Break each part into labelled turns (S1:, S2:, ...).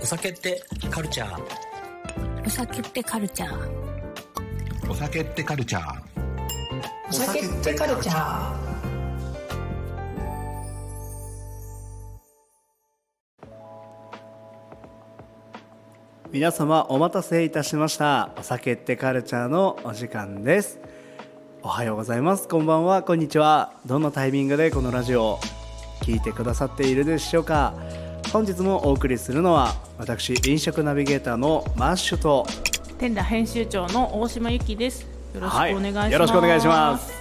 S1: お酒ってカルチャー。
S2: お酒ってカルチャー。
S3: お酒ってカルチャー。
S4: お酒ってカルチャー。
S5: 皆様お待たせいたしましたお酒ってカルチャーのお時間ですおはようございますこんばんはこんにちはどのタイミングでこのラジオを聞いてくださっているでしょうか本日もお送りするのは私飲食ナビゲーターのマッシュと
S6: 天田編集長の大島由紀です。よろしくお願いします。
S5: はい、よろしくお願いします。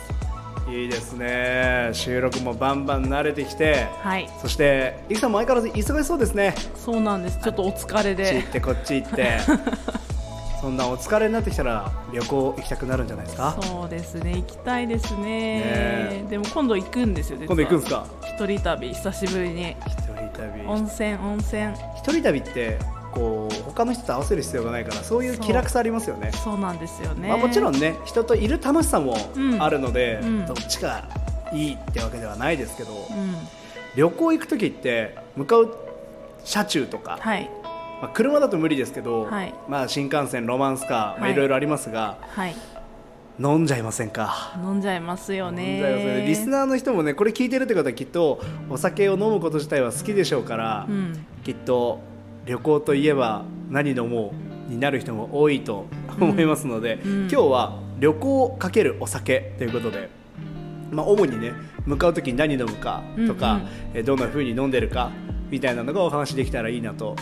S5: いいですね収録もバンバン慣れてきて、
S6: はい
S5: そしてイさんも相変わらず忙しそうですね
S6: そうなんです。ちょっとお疲れ
S5: こっち
S6: で
S5: 行ってこっち行って そんなお疲れになってきたら旅行行きたくなるんじゃないですか
S6: そうですね。行きたいですね。
S5: ね
S6: でも今度行くんですよ。実は
S5: 今度行くんですか
S6: 一人旅久しぶりに
S5: 一人旅
S6: 温泉温泉。
S5: 一人旅ってこう他の人と合わせる必要がないからそういう気楽さありますよね
S6: そうなんですよね。
S5: まあ、もちろんね人といる楽しさも
S6: うん
S5: あるので、
S6: うん
S5: どっちがいいってわけではないですけど、
S6: うん。
S5: 旅行行く時って向かう車中とか、
S6: はい
S5: まあ、車だと無理ですけど、
S6: はい
S5: まあ、新幹線ロマンスカー、まあ、
S6: はい
S5: いろいろありますが、
S6: はい。
S5: 飲んじゃいませんか
S6: 飲んじゃいますよね。
S5: 問題はそれでリスナーの人もねこれ聞いてるってことはきっとお酒を飲むこと自体は好きでしょうから、
S6: うん。
S5: きっと旅行といえば何飲もうになる人も多いと思いますので、
S6: うん
S5: 今日は旅行かけるお酒ということで。まあ、主にね向かう時に何飲むかとか、
S6: うんうん
S5: えどんな風に飲んでるかみたいなのがお話できたらいいなと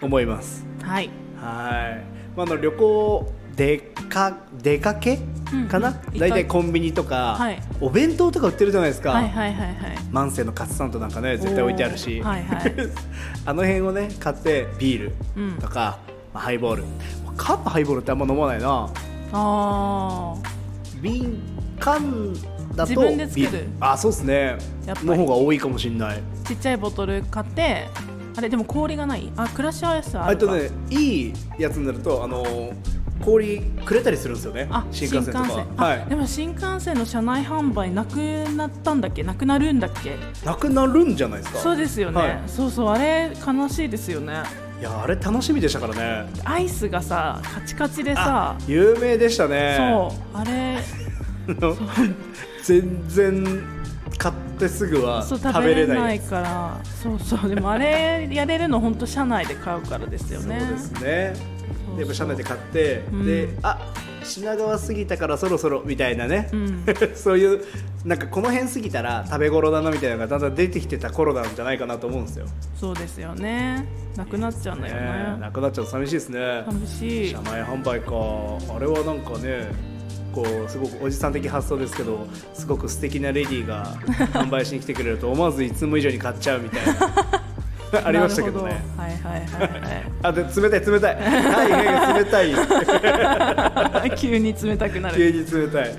S5: 思います。
S6: はい。
S5: はい、まあ、あの旅行出か出かけ
S6: うん
S5: かな、
S6: うん
S5: 大体コンビニとか、
S6: はい
S5: お弁当とか売ってるじゃないですか、
S6: はいはいはいはい。
S5: 万世のカツサンドなんかね絶対置いてあるし、
S6: おーはいはい
S5: あの辺をね買ってビールとか、まあ、ハイボールカップハイボールってあんま飲まないな
S6: ああ。
S5: 瓶缶だ
S6: 自
S5: と
S6: 分で作る
S5: ビールあそうですね
S6: やっぱり
S5: の方が多いかもしれない
S6: ちっちゃいボトル買って。あれでも氷がない。あ、クラッシュアイスはあ
S5: あ
S6: るか。
S5: とねいいやつになるとあの氷くれたりするんですよね
S6: あ
S5: 新幹線とか
S6: 新幹線あ
S5: はい
S6: でも新幹線の車内販売なくなったんだっけなくなるんだっけ
S5: なくなるんじゃないですか
S6: そうですよね、
S5: はい
S6: そうそうあれ悲しいですよね
S5: いやあれ楽しみでしたからね
S6: アイスがさカチカチでさ
S5: 有名でした
S6: そう
S5: ね
S6: あれ
S5: 全然買ってすぐは
S6: そう
S5: 食
S6: 食
S5: べ
S6: べ
S5: れ
S6: れ
S5: な
S6: ないいからそうそうでもあれやれるの本当車内で買うからですよ
S5: そう
S6: ね
S5: ですね
S6: そうそう
S5: やっぱ社内で買って、
S6: うん
S5: であ品川過ぎたからそろそろみたいなね、
S6: うん
S5: そういうなんかこの辺過ぎたら食べ頃だなみたいなのがだんだん出てきてた頃なんじゃないかなと思うんですよ、
S6: そうですよねなくなっちゃうんだよね
S5: ねなくなっちゃうと寂しいですね
S6: 寂しい
S5: 社内販売かあれはなんかねこうすごくおじさん的発想ですけどすごく素敵なレデ ィーが販売しに来てくれると思わずいつも以上に買っちゃうみたい なありましたけど
S6: なる
S5: ね
S6: ほはいはいは
S5: あで冷たい冷たいはいはい冷た い
S6: いはい 急に冷たくな
S5: 急
S6: る
S5: に冷たい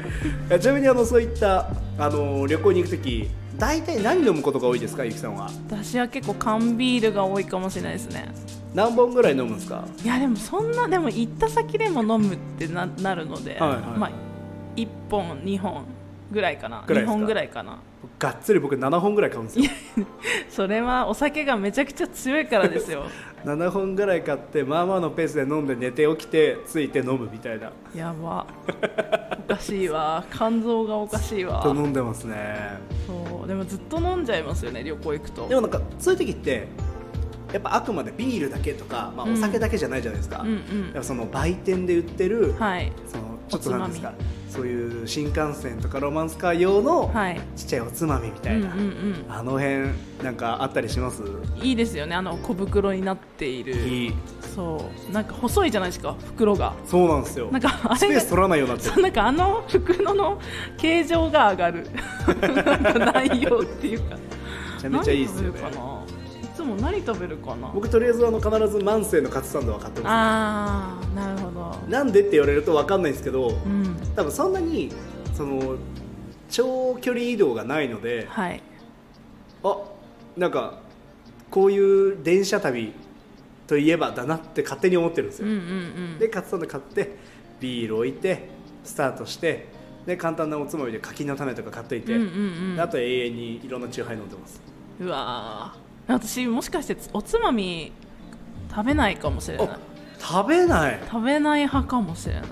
S5: えちなみにあのそういったあの旅行に行く時大体何飲むことが多いですかゆきさんは
S6: 私は結構缶ビールが多いかもしれないですね
S5: 何本ぐらい飲むんですか
S6: いやでもそんなでも行った先でも飲むってななるので、
S5: はいはい
S6: まあ1本2本ぐらいかな
S5: ぐらいです
S6: 2
S5: か
S6: 本ぐらいかな
S5: がっつり僕7本ぐらい買うんですよ
S6: それはお酒がめちゃくちゃ強いからです よ
S5: 7本ぐらい買ってまあまあのペースで飲んで寝て起きてついて飲むみたいな
S6: やばおかしいわ肝臓がおかしいわ
S5: と飲んでますね
S6: そうでもずっと飲んじゃいますよね旅行行くと
S5: でもなんかそういう時ってやっぱあくまでビールだけとか、まあ、
S6: うん
S5: お酒だけじゃないじゃないですか、
S6: うんうん
S5: やっぱその売店で売ってる、
S6: はい
S5: そのちょっとなんですか
S6: おつ
S5: そういう新幹線とかロマンスカー用の
S6: はい
S5: ちっちゃいおつまみみた
S6: う
S5: い
S6: んう
S5: な、
S6: ん
S5: あの辺なんかあったりします
S6: うんいいですよねあの小袋になっている
S5: いい
S6: そうなんか細いじゃないですか袋が
S5: そうなんですよ
S6: なんかあれが
S5: スペース取らないようになって
S6: そ
S5: る
S6: うなんかあの服のの形状が上がるなんか内容っていうか
S5: めちゃめちゃいいですよね
S6: 何食べるかないつも何食べるかな
S5: 僕とりあえずあの必ず万世のカツサンドは買ってま
S6: あーなるほど
S5: すなんでって言われると分かんないんですけど、
S6: うん
S5: 多分そんなにその長距離移動がないので、
S6: はい
S5: あなんかこういう電車旅といえばだなって勝手に思ってるんです
S6: う
S5: よ、
S6: んうんうん
S5: でカツサンド買ってビール置いてスタートしてで簡単なおつまみで柿の種とか買っといて、
S6: うんうんうん
S5: であと永遠にいろんなチューハイ飲んでます
S6: うわー私もしかしてつおつまみ食べないかもしれない
S5: 食べない
S6: 食べない派かもしれない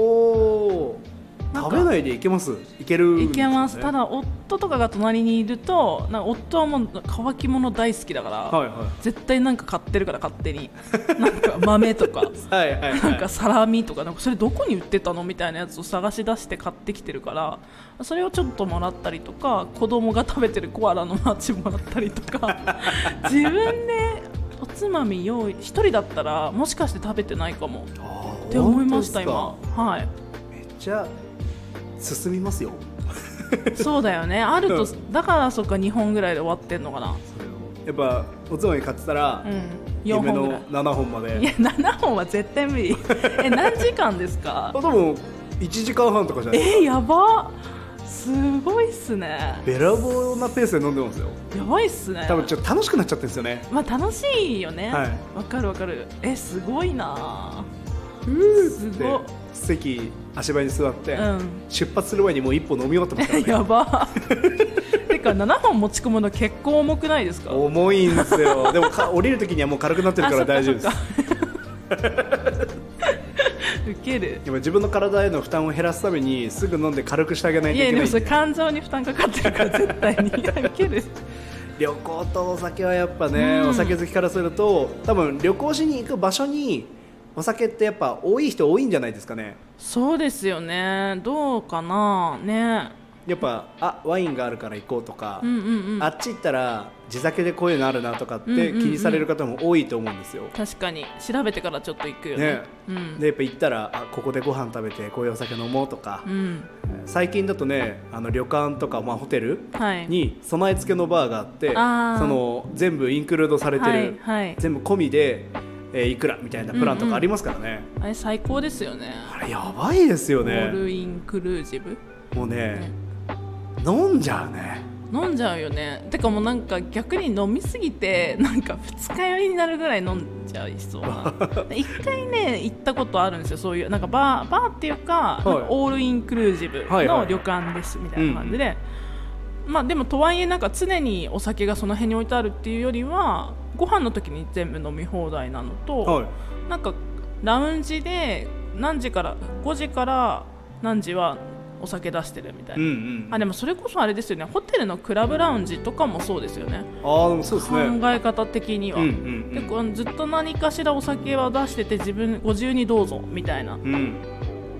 S5: ほう
S6: なんか
S5: 食べないでいけますいけるん
S6: い
S5: で
S6: けます、
S5: ね
S6: ただ夫とかが隣にいるとなんか夫はもう乾き物大好きだから、
S5: はいは
S6: 絶対なんか買ってるから勝手に なんか豆とか
S5: はいはいはい
S6: なんかサラミとかなんかそれどこに売ってたのみたいなやつを探し出して買ってきてるからそれをちょっともらったりとか子供が食べてるコアラのマーチもらったりと か自分でおつまみ用意一人だったらもしかして食べてないかも
S5: あ
S6: っ
S5: ー
S6: て思いました今
S5: 本
S6: はい
S5: 当ですかめっちゃ進みますよ
S6: そうだ よねあると
S5: う
S6: だからそっか2本ぐらいで終わってんのかな
S5: やっぱおつまみ買ってたら、
S6: うん4
S5: 夢
S6: 本ぐら
S5: の
S6: い
S5: 7本まで
S6: いや7本は絶対無理え何時間ですか
S5: あ多分1時間半とかじゃない
S6: えー、やばすごいっすね
S5: べらぼうなペースで飲んでますよ
S6: やばいっすね
S5: 多分ちょっと楽しくなっちゃってるんですよね
S6: まあ楽しいよねわ、
S5: はい
S6: かるわかるえすごいなす
S5: で
S6: ごっ
S5: 席足早に座って、
S6: うん
S5: 出発する前にもう1本飲み終わってま すからね
S6: やばてか7本持ち込むの結構重くないですか
S5: 重いんですよでもか降りる時にはもう軽くなってるから大丈夫です
S6: あそっかそっかウケる
S5: でも自分の体への負担を減らすためにすぐ飲んで軽くしてあげない
S6: い
S5: と
S6: や
S5: いけ
S6: で
S5: な
S6: も
S5: い
S6: それ感情に負担かかってるから絶対にウケる
S5: 旅行とお酒はやっぱね、
S6: うん
S5: お酒好きからすると多分旅行しに行く場所にお酒ってやっぱ多い人多いんじゃないですかね
S6: そうですよねどうかなね
S5: やっぱあワインがあるから行こうとか、
S6: うんうんうん
S5: あっち行ったら地酒でこういうのあるなとかって
S6: うん
S5: 気
S6: うんうん
S5: にされる方も多いと思うんですよ、
S6: 確かに調べてからちょっと行くよね
S5: ね
S6: うん
S5: でやっぱ行ったらあここでご飯食べてこういうお酒飲もうとか
S6: う、ん
S5: 最近だとねあの旅館とか、まあ、ホテル
S6: はい
S5: に備え付けのバーがあって、
S6: あー
S5: その全部インクルードされてる、
S6: はいはい
S5: 全部込みで、えーいくらみたいなプランとかありますからね、
S6: あれ最高ですよね
S5: あれやばいですよ
S6: オー
S5: ね
S6: ルインクルージブ
S5: もうね飲んじゃうね
S6: 飲んじゃうよねてかもうなんか逆に飲みすぎて なんか二日酔いになるぐらい飲んじゃいそう な一回ね行ったことあるんですよそういうなんかバーバーっていうか,、
S5: はい
S6: オールインクルージブ
S5: はいは
S6: の
S5: い
S6: 旅館ですみたいな感じで、まあでもとはいえなんか常にお酒がその辺に置いてあるっていうよりはご飯の時に全部飲み放題なのと、
S5: はい
S6: なんかラウンジで何時から5時から何時はお酒出してるみたい
S5: うん
S6: な、
S5: うん
S6: あでもそれこそあれですよねホテルのクラブラウンジとかもそうですよね
S5: あーでもそうです
S6: 考
S5: ね
S6: え方的には、
S5: うんうんうん
S6: 結構ずっと何かしらお酒は出してて自分ご自由にどうぞみたいな
S5: うん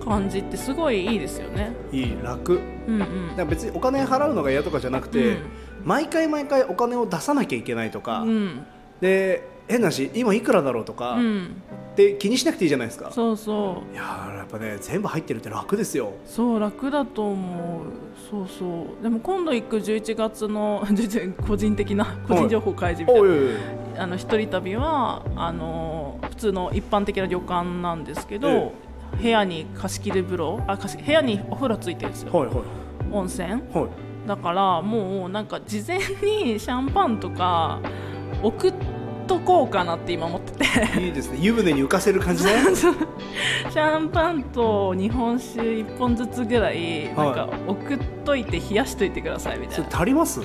S6: 感じってすごいいいですよね
S5: いい楽
S6: うんうん
S5: だから別にお金払うのが嫌とかじゃなくて、
S6: うん
S5: 毎回毎回お金を出さなきゃいけないとか、
S6: うん
S5: で変なし今いくらだろうとか、
S6: うん
S5: で気にしなくていいじゃないですか
S6: そうそう
S5: いやーやっぱね全部入ってるって楽ですよ
S6: そう楽だと思うそうそうでも今度行く11月の 11個人的な個人情報開示みたいな
S5: おいおいおい
S6: あの一人旅はあの普通の一般的な旅館なんですけど、
S5: え
S6: 部屋に貸し切り風呂あ貸し部屋にお風呂ついてるんですよ、
S5: はいはい
S6: 温泉
S5: はい
S6: だからもうなんか事前にシャンパンとか送っとこうかなって今思ってて
S5: いいですね湯船に浮かせる感じね
S6: シャンパンと日本酒1本ずつぐらいなんか送っといて冷やしといてくださいみた
S5: そ
S6: い
S5: れ
S6: な、
S5: 足ります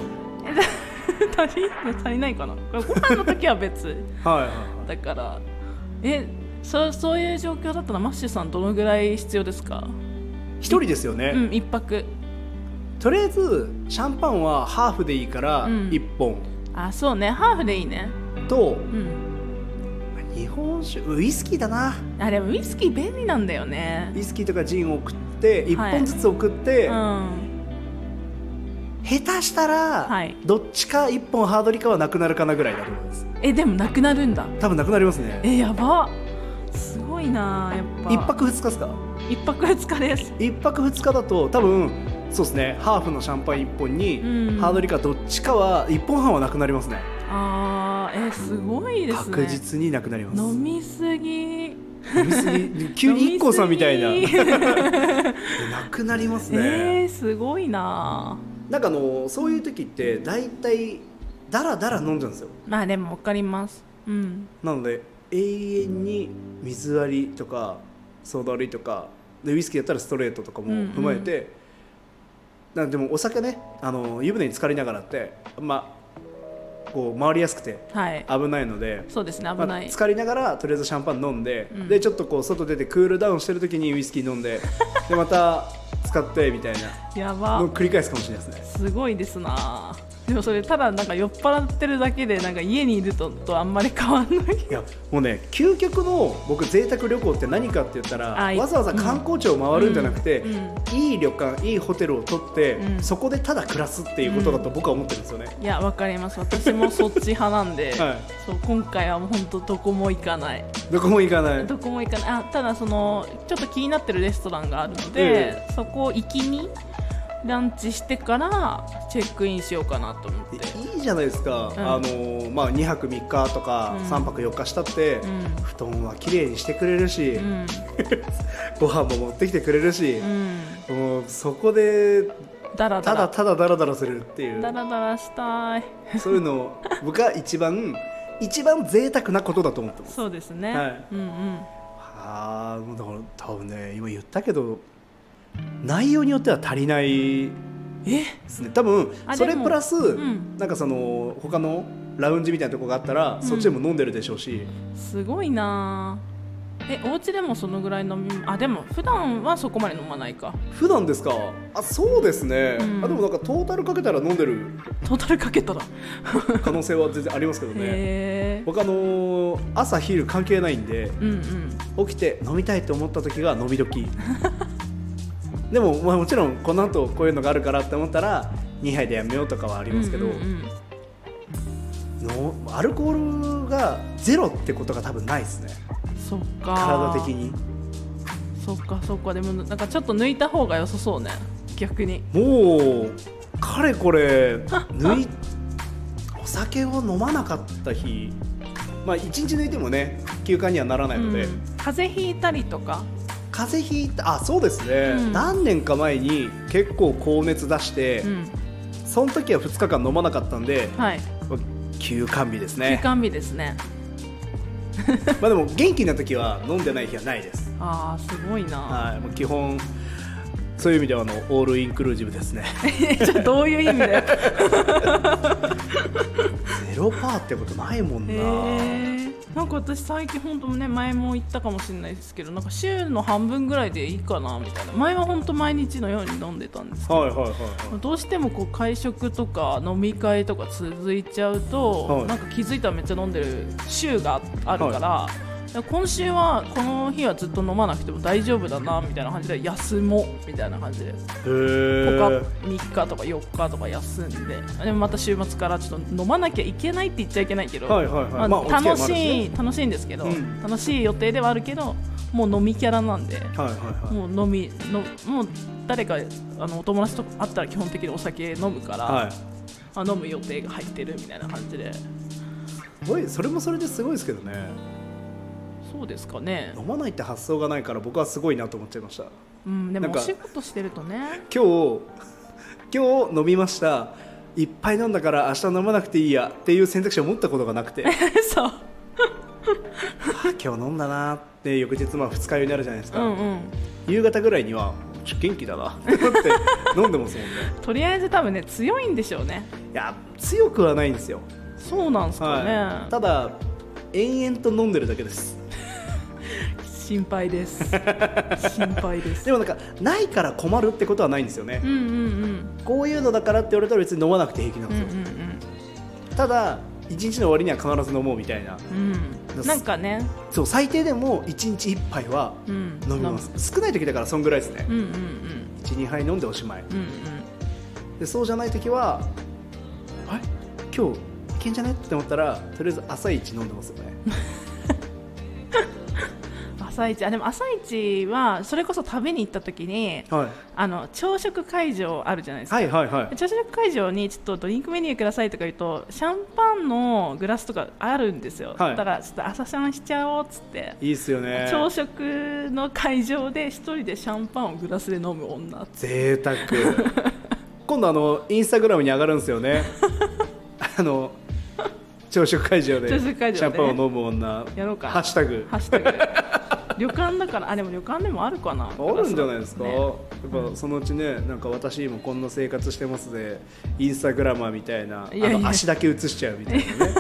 S6: 足り足りないかなご飯の時は別
S5: はいは
S6: だからえそそういう状況だったらマッシュさんどのぐらい必要ですか
S5: い一人ですよね、
S6: うん一泊
S5: とりあえずシャンパンはハーフでいいから
S6: うん
S5: 1本
S6: あそうねハーフでいいね
S5: と、
S6: うん
S5: 日本酒ウイスキーだな
S6: あれウイスキー便利なんだよね
S5: ウイスキーとかジンを送って1
S6: はい
S5: 本ずつ送って、
S6: うん
S5: 下手したら、
S6: はい
S5: どっちか1本ハードリかはなくなるかなぐらいだと思います
S6: えでもなくなるんだ
S5: 多分なくなりますね
S6: えやばすごいなやっぱ
S5: 1泊2日ですか
S6: 一泊二日です
S5: 1泊2日だと多分そうですねハーフのシャンパン1本に、
S6: うん
S5: ハードリかどっちかは1本半はなくなりますね
S6: あーえすごいですね
S5: 確実になくなります
S6: 飲みすぎ
S5: 飲みすぎ急に IKKO さんみたいな
S6: 飲みす ぎ
S5: なくなりますね、
S6: えー、すごいな
S5: なんかあのそういう時って大体ダラダラ飲んじゃうんですよ
S6: まあでもわかりますうん
S5: なので永遠に水割りとかソーダ割りとかでウイスキーだったらストレートとかも踏まえて、なんでもお酒ねあの湯船に浸かりながらって、まあ、こう回りやすくて
S6: はい
S5: 危ないので、
S6: そうですね危
S5: まあ
S6: ない、
S5: 浸かりながらとりあえずシャンパン飲んで、でちょっとこう外出てクールダウンしてる時にウイスキー飲んででまた使ってみたいな
S6: や
S5: の
S6: ば
S5: を繰り返すかもしれないですね
S6: すごいですなでもそれただなんか酔っ払ってるだけでなんか家にいるととあんまり変わんない
S5: いやもうね究極の僕贅沢旅行って何かって言ったら
S6: あい
S5: わざわざ観光地を回るんじゃなくて、
S6: うんうん
S5: いい旅館いいホテルを取って、
S6: うん
S5: そこでただ暮らすっていうことだと僕は思ってるんですよね、
S6: いやわかります私もそっち派なんで、
S5: はい
S6: そう今回はもう本当どこも行かない
S5: どこも行かない
S6: どこも行かないあただそのちょっと気になってるレストランがあるので、そこ行きにランチしてからチェックインしようかなと思って
S5: いいじゃないですか、あのーまあ、2泊3日とか
S6: うん
S5: 3泊4日したって、
S6: ん
S5: 布団は綺麗にしてくれるし、
S6: うん
S5: ご飯も持ってきてくれるし
S6: う、ん
S5: もうそこで
S6: だらだ
S5: ただ
S6: ら
S5: ただダラダラするっていう
S6: だらだらしたい
S5: そういうのを僕は一番一番贅沢なことだと思ってます
S6: そうですね、
S5: はい
S6: うんうん
S5: ああだから多分ね今言ったけど内容によっては足りない
S6: え
S5: ですね多分
S6: あ
S5: そ
S6: で
S5: れ
S6: も
S5: プラス、
S6: ん
S5: なんかその他のラウンジみたいなとこがあったら、そっちでも飲んでるでしょうし
S6: すごいなあえお家でもそのぐらい飲みあでも普段はそこまで飲まないか
S5: 普段ですかあそうですね、
S6: うん
S5: あでもなんかトータルかけたら飲んでる
S6: トータルかけたら、
S5: 可能性は全然ありますけどね
S6: へえ
S5: 僕あのー朝昼関係ないんで
S6: うんうん
S5: 起きて飲みたいと思った時が飲 み時でも、まあ、もちろんこの後こういうのがあるからって思ったら2杯でやめようとかはありますけど、
S6: うんうんうん
S5: のアルコールがゼロってことが多分ないですね
S6: そっか
S5: 体的に
S6: そっかそっかでもなんかちょっと抜いた方が良さそうね逆に
S5: もうかれこれ 抜いお酒を飲まなかった日まあ1日抜いてもね休館にはならないので、
S6: うん風邪ひいたりとか
S5: 風邪ひいたあそうですね、
S6: うん
S5: 何年か前に結構高熱出して、
S6: うん
S5: その時は2日間飲まなかったんで
S6: はい
S5: 休館日です
S6: 休
S5: ね
S6: 館日ですね
S5: まあでも元気な時は飲んでない日はないです
S6: あーすごいな
S5: はいもう基本そういう意味ではあのオールインクルージ ブですね
S6: ちょどういう意味だよ
S5: ゼロパーってことないもんな、
S6: へーなんか私最近本当ね前も言ったかもしれないですけどなんか週の半分ぐらいでいいかなみたいな前は本当毎日のように飲んでたんです
S5: はいはいはいはい
S6: どうしてもこう会食とか飲み会とか続いちゃうと、
S5: はい
S6: なんか気づいたらめっちゃ飲んでる週があるから、今週はこの日はずっと飲まなくても大丈夫だなみたいな感じで休もうみたいな感じで
S5: へ
S6: 他
S5: ー
S6: 3日とか4日とか休んででもまた週末からちょっと飲まなきゃいけないって言っちゃいけないけど、
S5: はいはいはい
S6: まあ
S5: まあお付き合いもある
S6: 楽
S5: し
S6: し
S5: ね
S6: い楽しいんですけど、
S5: うん
S6: 楽しい予定ではあるけどもう飲みキャラなんで。
S5: はいはいはい
S6: もう飲みのもう誰かあのお友達と会ったら基本的にお酒飲むから、
S5: はい
S6: あ飲む予定が入ってるみたいな感じです
S5: ごいそれもそれですごいですけどね
S6: そうですかね、
S5: 飲まないって発想がないから僕はすごいなと思っちゃいました
S6: うん、で
S5: な
S6: も
S5: ん
S6: お
S5: か
S6: 仕事してると ね
S5: 今日今日飲みましたいっぱい飲んだから明日飲まなくていいやっていう選択肢を持ったことが なくてあ
S6: そう
S5: 今日飲んだなって翌日まあ二日酔いになるじゃないです
S6: う
S5: か、
S6: んうん
S5: 夕方ぐらいにはちょ元気だな って思って飲んでますもんね
S6: とりあえず多分ね強いんでしょうね
S5: いや強くはないんですよ、
S6: そうなんですかね、
S5: はい、ただ延々と飲んでるだけです
S6: 心配です 心配です
S5: でもなんかないから困るってことはないんですよね
S6: うん、うんうん
S5: こういうのだからって言われたら別に飲まなくて平気なん
S6: う
S5: で
S6: ん
S5: す
S6: う
S5: よ、
S6: ん
S5: ただ一日の終わりには必ず飲もうみたいな
S6: うんうんなんかね、
S5: そう最低でも一日一杯は
S6: うん、
S5: 飲みます少ない時だからそんぐらいですね
S6: うんうんうん
S5: 12杯飲んでおしまい
S6: うんうん
S5: でそうじゃない時はあれ今日いけんじゃねって思ったらとりあえず朝一飲んでますよね
S6: 朝一あでも朝一はそれこそ食べに行った時に
S5: はい
S6: あの朝食会場あるじゃないですか、
S5: はいはいはい
S6: 朝食会場にちょっとドリンクメニューくださいとか言うとシャンパンのグラスとかあるんですよ、
S5: はい
S6: だからちょっと朝シャンしちゃおうっつって、
S5: いいっすよね
S6: 朝食の会場で一人でシャンパンをグラスで飲む女
S5: 贅沢今度あのインスタグラムに上がるんです よねあの朝食会場で
S6: 朝食会場でね
S5: シャンパンを飲む女
S6: やろうか
S5: ハッシュタグ
S6: ハッシュタグ 旅館だからあでも旅館でもあるかな
S5: あるんじゃないですか、
S6: ね
S5: やっぱそのうちねなんか私今こんな生活してますでインスタグラマーみたいない
S6: やいや
S5: あの足だけ写しちゃうみたいなね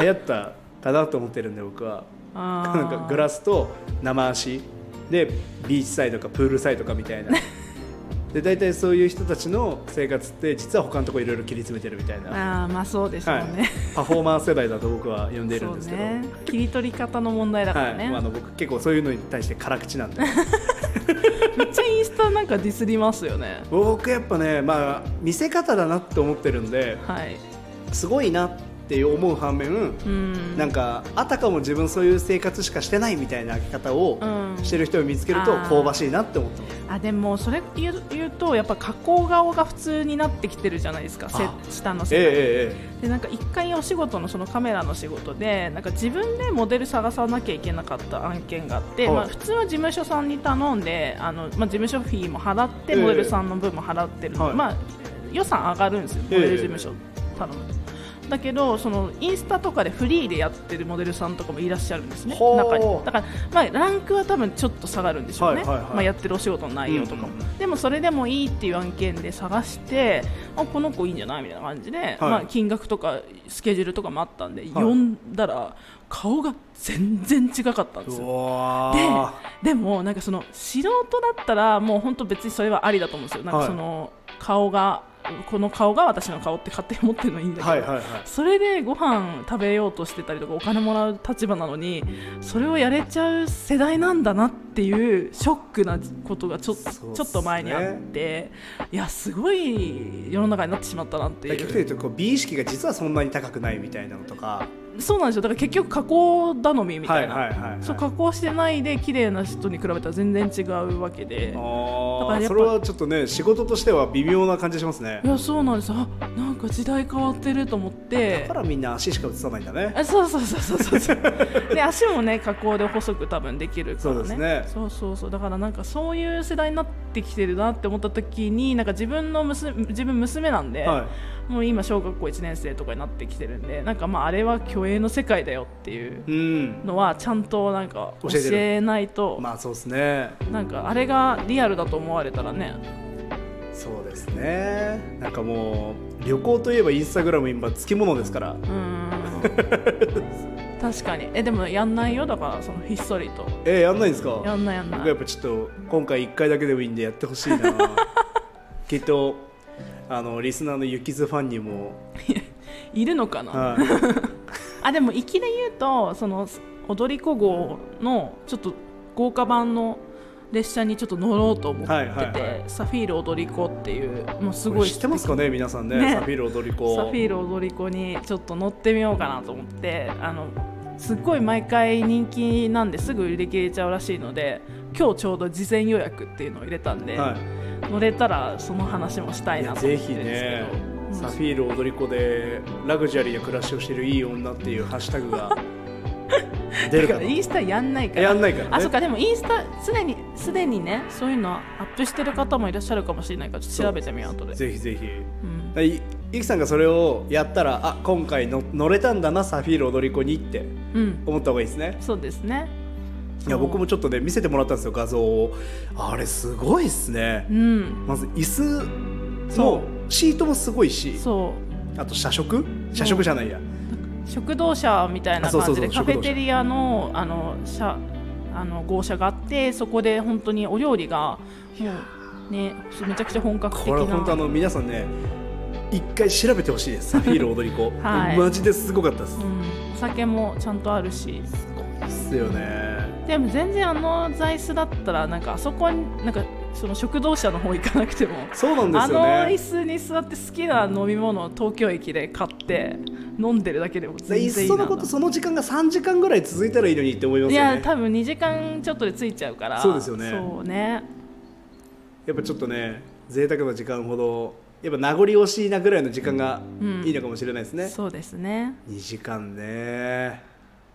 S5: 流行ったかなと思ってるんで僕は
S6: あー
S5: なんかグラスと生足でビーチサイドかプールサイドかみたいなで大体そういう人たちの生活って実は他のとこいろいろ切り詰めてるみたいな、はい、
S6: あーまあそうですよね、
S5: パフォーマンス世代だと僕は呼んでいる
S6: そ
S5: ん
S6: う
S5: ですけど、
S6: ね切り取り方の問題だか
S5: は
S6: ら
S5: い
S6: ね、
S5: まあ、あの僕結構そういうのに対して辛口なんで
S6: めっちゃインスタなんかディスりますよね
S5: 僕やっぱね、まあ、見せ方だなって思ってるんで
S6: はい
S5: すごいなって思う反面、
S6: うん
S5: なんかあたかも自分そういう生活しかしてないみたいな開け方を
S6: うん
S5: してる人を見つけると
S6: あー
S5: 香ばしいなって思ってます、
S6: あでもそれ言う言うとやっぱ加工顔が普通になってきてるじゃないですかせ
S5: あ
S6: 下の
S5: え
S6: 世
S5: え
S6: 代、
S5: えええ
S6: でなんか一回お仕事のそのカメラの仕事でなんか自分でモデル探さなきゃいけなかった案件があって、
S5: はい
S6: まあ、普通は事務所さんに頼んであの、まあ、事務所フィーも払って
S5: ええ
S6: モデルさんの分も払ってるので、
S5: はい
S6: まあ、予算上がるんですよモ
S5: ええ
S6: デル事務所頼むと。だけどそのインスタとかでフリーでやってるモデルさんとかもいらっしゃるんですね、
S5: ほう
S6: 中にだから、まあ、ランクは多分ちょっと下がるんでしょうね、
S5: はいはいはい
S6: まあ、やってるお仕事の内容とかも、
S5: うん
S6: でもそれでもいいっていう案件で探してあこの子いいんじゃないみたいな感じで、まあ、金額とかスケジュールとかもあったんで、呼んだら顔が全然違かったんです
S5: う
S6: よ。
S5: わ
S6: で
S5: ー
S6: でもなんかその素人だったらもう本当別にそれはありだと思うんですよ。なん
S5: は
S6: か
S5: い
S6: その顔がこの顔が私の顔って勝手に持ってるのいいんだけど、
S5: はいはいはい
S6: それでご飯食べようとしてたりとかお金もらう立場なのにそれをやれちゃう世代なんだなっていうショックなことがちょ,、
S5: そうっすね
S6: ちょっと前にあっていやすごい世の中になってしまったなって
S5: だから
S6: い
S5: 結
S6: う
S5: 局言うとこう美意識が実はそんなに高くないみたいなのとか
S6: そうなんですよだから結局加工頼みみたいな、
S5: はいはいはいはい
S6: そう加工してないで綺麗な人に比べたら全然違うわけで。だからやっ
S5: あー
S6: ぱ
S5: それはちょっとね仕事としては微妙な感じしますね
S6: いやそうなんですあなんか時代変わってると思って
S5: だからみんな足しか写さないんだね
S6: あそうそうそうそうそうそうで足もね加工で細く多分できるからね
S5: そうですね
S6: そうそうそうだからなんかそういう世代になってきてるなって思った時になんか自分の娘自分娘なんで、
S5: は
S6: もう今小学校1年生とかになってきてるんでなんかまああれは虚栄の世界だよっていう
S5: いうん
S6: のはちゃんとなんか
S5: 教
S6: 教
S5: えてる
S6: えないと、
S5: まあそうですね
S6: なんかあれがリアルだと思われたらね
S5: そうですねなんかもう旅行といえばインスタグラム今つきものですから
S6: うーん確かにえでもやんないよだからそのひっそりと
S5: えー、やんないんですか
S6: やんないやんない
S5: 僕やっぱちょっと今回1回だけでもいいんでやってほしい なきっとあのリスナーのゆきずファンにも、
S6: いるのかな、
S5: はい、
S6: あでも粋で言うとその踊り子号のちょっと豪華版の列車にちょっと乗ろうと思ってて、
S5: はいはいはい
S6: サフィール踊り子っていうもうす
S5: こ
S6: ご
S5: れ
S6: い
S5: 知ってますかね皆さんね
S6: ね
S5: サフィール踊り子
S6: サフィール踊り子にちょっと乗ってみようかなと思ってあのすっごい毎回人気なんですぐ売り切れちゃうらしいので今日ちょうど事前予約っていうのを入れたんで、
S5: は
S6: 乗れたらその話もした
S5: い、い
S6: い
S5: や
S6: なと思
S5: ぜ
S6: って
S5: ひ
S6: るんですけ
S5: ね
S6: ど、
S5: サフィール踊り子でラグジュアリーな暮らしをしてるいい女っていうハッシュタグが出る
S6: だ
S5: か
S6: から
S5: な
S6: インスタや んないから
S5: やんないからね
S6: あそうかでもインスタすでにすでにねそういうのアップしてる方もいらっしゃるかもしれないからちょっと調べてみよう後で
S5: ぜひぜひ
S6: うん
S5: いゆきさんがそれをやったらあ今回の乗れたんだなサフィール踊り子にって
S6: うん
S5: 思った方がいいですね
S6: そうですね
S5: いや僕もちょっとね見せてもらったんですよ画像をあれすごいっすね
S6: うん
S5: まず椅子
S6: そ
S5: もシートもすごいし
S6: そ
S5: あと社食社食じゃないや
S6: う食堂車みたいな
S5: あそ
S6: 感
S5: う
S6: じ
S5: そうそ
S6: で
S5: う
S6: カフェテリアのあの車あの号車があってそこで本当にお料理がもうねめちゃくちゃ本格的
S5: こ
S6: な
S5: れ本当あの皆さんね一回調べてほしいですサフィール踊り子、
S6: はい
S5: マジですごかったです
S6: う、ん、お酒もちゃんとあるし
S5: ですよね
S6: でも全然あの座椅子だったらなんかあそこになんかその食堂車の方行かなくても
S5: そうなんで
S6: あ
S5: す
S6: の
S5: よ
S6: 椅
S5: ね
S6: 子に座って好きな飲み物を東京駅で買って飲んでるだけでも全然
S5: い
S6: い
S5: っ
S6: いな
S5: そのことその時間が3時間ぐらい続いたらいいのにって思います
S6: い
S5: よね
S6: や多分2時間ちょっとで着いちゃうから
S5: そうですよね
S6: そうね
S5: やっぱちょっとね贅沢な時間ほどやっぱ名残惜しいなぐらいの時間が
S6: うん
S5: いいのかもしれないですね、
S6: そうですね
S5: 2時間ね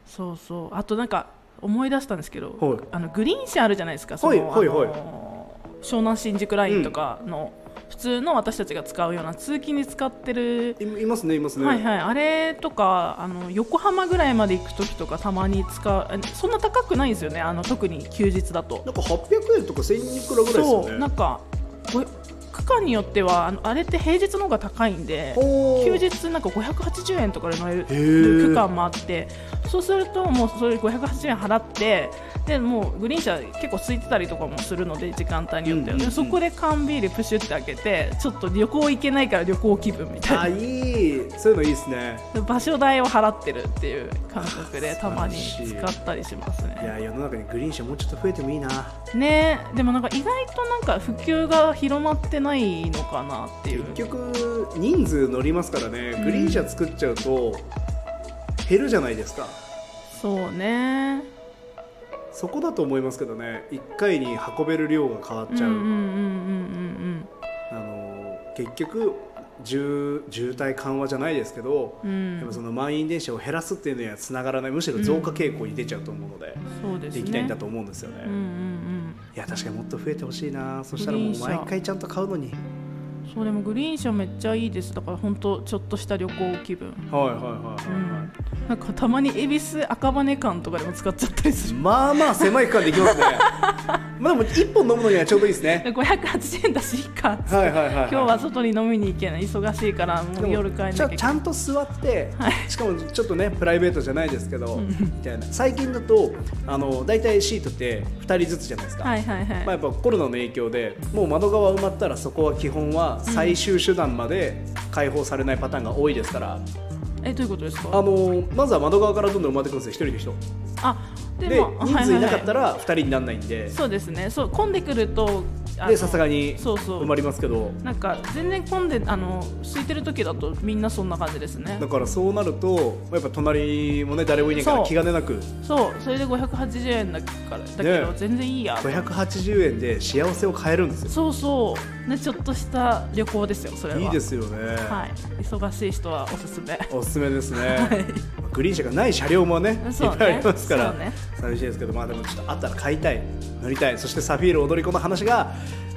S6: そうそうあとなんか思い出したんですけど、
S5: はい
S6: あのグリーン車あるじゃないですかそ
S5: はい
S6: の、
S5: はいはい
S6: あの湘南新宿ラインとかの、普通の私たちが使うような通勤に使ってる
S5: いいますねいますね、
S6: はいはい、あれとかあの横浜ぐらいまで行く時とかたまに使うえそんな高くないんですよねあの特に休日だと
S5: なんか800円とか1000いくらぐらいですよ
S6: そう
S5: ね
S6: なんかご区間によってはあのあれって平日の方が高いんで
S5: ほう
S6: 休日なんか580円とかで乗れる
S5: ー
S6: 区間もあってそうするともうそれ580円払ってでもうグリーン車結構空いてたりとかもするので時間帯によっては、
S5: うんうんうん
S6: でそこで缶ビールプシュって開けてちょっと旅行行けないから旅行気分みたいな
S5: あいいそういうのいいですね
S6: 場所代を払ってるっていう感覚でたまに
S5: 素
S6: 使
S5: 晴らしい
S6: ったりします
S5: い
S6: ね
S5: や世の中にグリーン車もうちょっと増えてもいいな
S6: ねでもなんか意外となんか普及が広まってないのかなっていう
S5: 結局人数乗りますからねグリーン車作っちゃうと減るじゃないですか
S6: そうね
S5: そこだと思いますけどね1回に運べる量が変わっ
S6: うんう
S5: ちゃ
S6: ん
S5: う、
S6: うんうん
S5: あの結局渋渋滞緩和じゃないですけど、
S6: うんうん
S5: やっ
S6: うん
S5: ぱその満員電車を減らすっていうのにはつながらないむしろ増加傾向に出ちゃうと思うので、
S6: そうです
S5: で
S6: ね
S5: きないんだと思うんですよね、
S6: うんうん
S5: いや確かにもっと増えてほしいなそしたらもう毎回ちゃんと買うの
S6: う
S5: に
S6: んそうでもグリーン車めっちゃいいですだから本当ちょっとした旅行気分
S5: はいはいはいは
S6: う
S5: いはい、
S6: んなんかたまに恵比寿赤羽間とかでも使っちゃったりする
S5: まあまあ狭い区間で行 きますねまあでも1本飲むのにはちょうどいいですね
S6: 580円だしいいかっつって
S5: はいはいはい、はい、
S6: 今日は外に飲みに行けない忙しいからもう夜帰んなき
S5: ち
S6: ゃ
S5: ゃ
S6: いけ
S5: ち
S6: ない
S5: ゃんと座って、しかもちょっとねプライベートじゃないですけど、
S6: ん
S5: みたいな最近だとあの大体シートって2人ずつじゃないですか、
S6: はいはいはい、
S5: まあ、やっぱコロナの影響でもう窓側埋まったらそこは基本は最終手段まで解放されないパターンが多いですから、
S6: えどういうことです
S5: あ
S6: か
S5: のまずは窓側からどんどん埋まってくるんですよ1人の人
S6: あで
S5: で
S6: もはい
S5: 人
S6: はい
S5: 数
S6: はい
S5: なかったら2人にならないんで、
S6: そうですねそう混んでくるとあの
S5: でさすがに
S6: そうそう
S5: 埋まりますけど
S6: なんか全然混んであの空いてる時だとみんなそんな感じですね
S5: だからそうなるとやっぱ隣もね誰もいないから
S6: そう
S5: 気兼ねなく
S6: そうそれで580円だからだけど、
S5: ね
S6: 全然いいや
S5: 580円で幸せを変えるんですよ
S6: そうそうねちょっとした旅行ですよそれはい
S5: いですよね、
S6: はい、忙しい人はおすすめ
S5: おすすめですね、
S6: い
S5: グリーン車がない車両もねいっ
S6: そうね
S5: ぱいありますから、
S6: そうね
S5: 寂しいですけどまあでもちょっとあったら買いたい乗りたいそしてサフィール踊り子の話が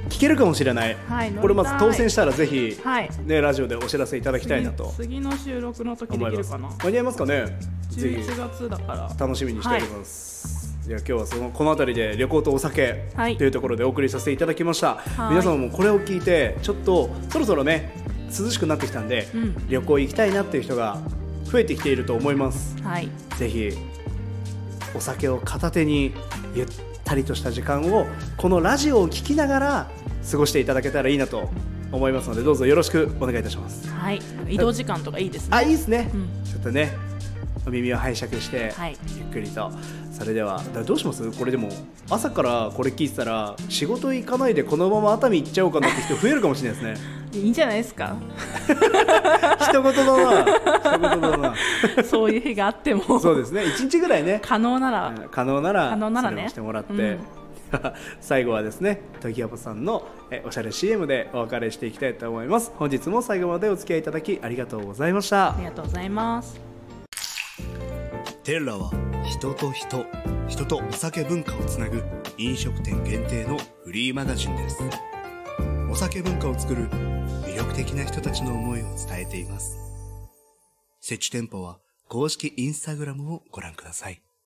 S5: 聞けるかもしれない、
S6: はい
S5: これまず
S6: 乗りたい
S5: 当選したらぜひ、
S6: はい
S5: ね、ラジオでお知らせいただきたいなと
S6: 次次の収録の時で
S5: 思い
S6: き
S5: ま
S6: る
S5: す
S6: かな
S5: 間に合いますかねぜひ
S6: 11月だから
S5: 楽しみにしております、じゃあ今日はそのこの辺りで旅行とお酒
S6: はい
S5: というところでお送りさせていただきました、
S6: い
S5: 皆様もこれを聞いてちょっとそろそろね涼しくなってきたんで、
S6: うん
S5: 旅行行きたいなっていう人が増えてきていると思います
S6: はい
S5: ぜひお酒を片手にゆったりとした時間をこのラジオを聞きながら過ごしていただけたらいいなと思いますのでどうぞよろしくお願いいたします
S6: はい、移動時間とかいいですね。
S5: あいいですね、
S6: うん
S5: ちょっとねお耳を拝借して、
S6: はい
S5: ゆっくりとそれではだどうしますこれでも朝からこれ聞いてたら仕事行かないでこのまま熱海行っちゃおうかなって人増えるかもしれないですね
S6: いいんじゃないです か。
S5: 一言だな一言だな
S6: そういう日があっても。
S5: そうですね一日ぐらいね
S6: 可能なら。
S5: うん可能なら
S6: 可能なら
S5: それ
S6: ね
S5: をしてもらって、
S6: うん
S5: 最後はですね時キャポさんのえおしゃれ CM でお別れしていきたいと思います本日も最後までお付き合いいただきありがとうございました
S6: ありがとうございます。
S7: テッラは人と人、人とお酒文化をつなぐ飲食店限定のフリーマガジンです。お酒文化を作る魅力的な人たちの思いを伝えています。設置店舗は公式インスタグラムをご覧ください。